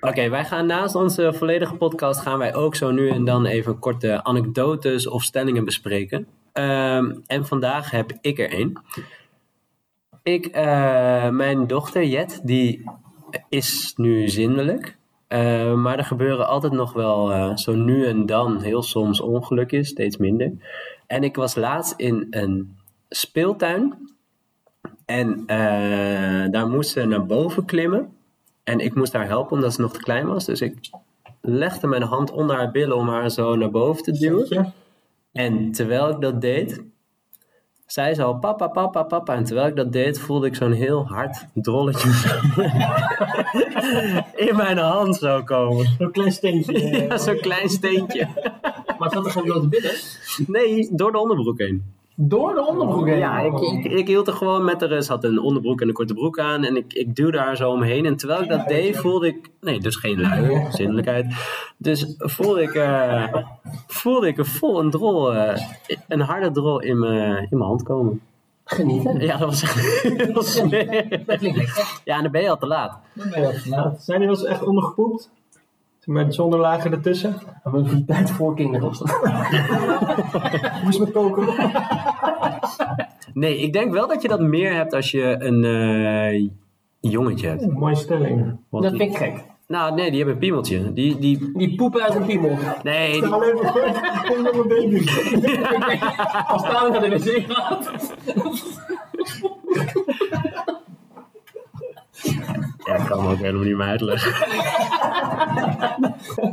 Oké, wij gaan naast onze volledige podcast gaan wij ook zo nu en dan even korte anekdotes of stellingen bespreken. Ehm, en vandaag heb ik er één. Ik, eh, mijn dochter Jet, die is nu zindelijk. Eh, maar er gebeuren altijd nog wel eh, zo nu en dan heel soms ongelukjes, steeds minder. En ik was laatst in een speeltuin. En eh, daar moest ze naar boven klimmen. En ik moest haar helpen omdat ze nog te klein was. Dus ik legde mijn hand onder haar billen om haar zo naar boven te duwen. En terwijl ik dat deed, zei ze al papa, papa, papa. En terwijl ik dat deed, voelde ik zo'n heel hard drolletje in mijn hand zo komen. Zo'n klein steentje. eh, Ja, zo'n klein steentje. Maar het had er geen blote billen? Nee, door de onderbroek heen. Door de onderbroek heen. Ja, ik, ik, ik hield er gewoon met haar. Ze had een onderbroek en een korte broek aan. En ik, ik duwde haar zo omheen. En terwijl ik dat deed, voelde ik. Nee, dus geen lui, zindelijkheid. Dus voelde ik, eh, voelde ik een vol een drol. eh, een harde drol in mijn in mijn hand komen. Genieten. Ja, dat was echt heel smerig. Dat klinkt lekker. Ja, en dan ben je al te laat. Zijn die wel eens echt ondergepoept? Met zonder lagen ertussen? Maar het is tijd voor kinderen of zo. Hoe is het met koken? Nee, ik denk wel dat je dat meer hebt als je een eh, jongetje hebt. Mooie stelling. Want Dat die- vind ik gek. nou, nee, die hebben een piemeltje. Die, die, Die poepen uit een piemel. nee, die, Alleen voor kom met mijn baby. Als Daan naar de wc gaat. Ja, ik kan me ook helemaal niet meer uitleggen.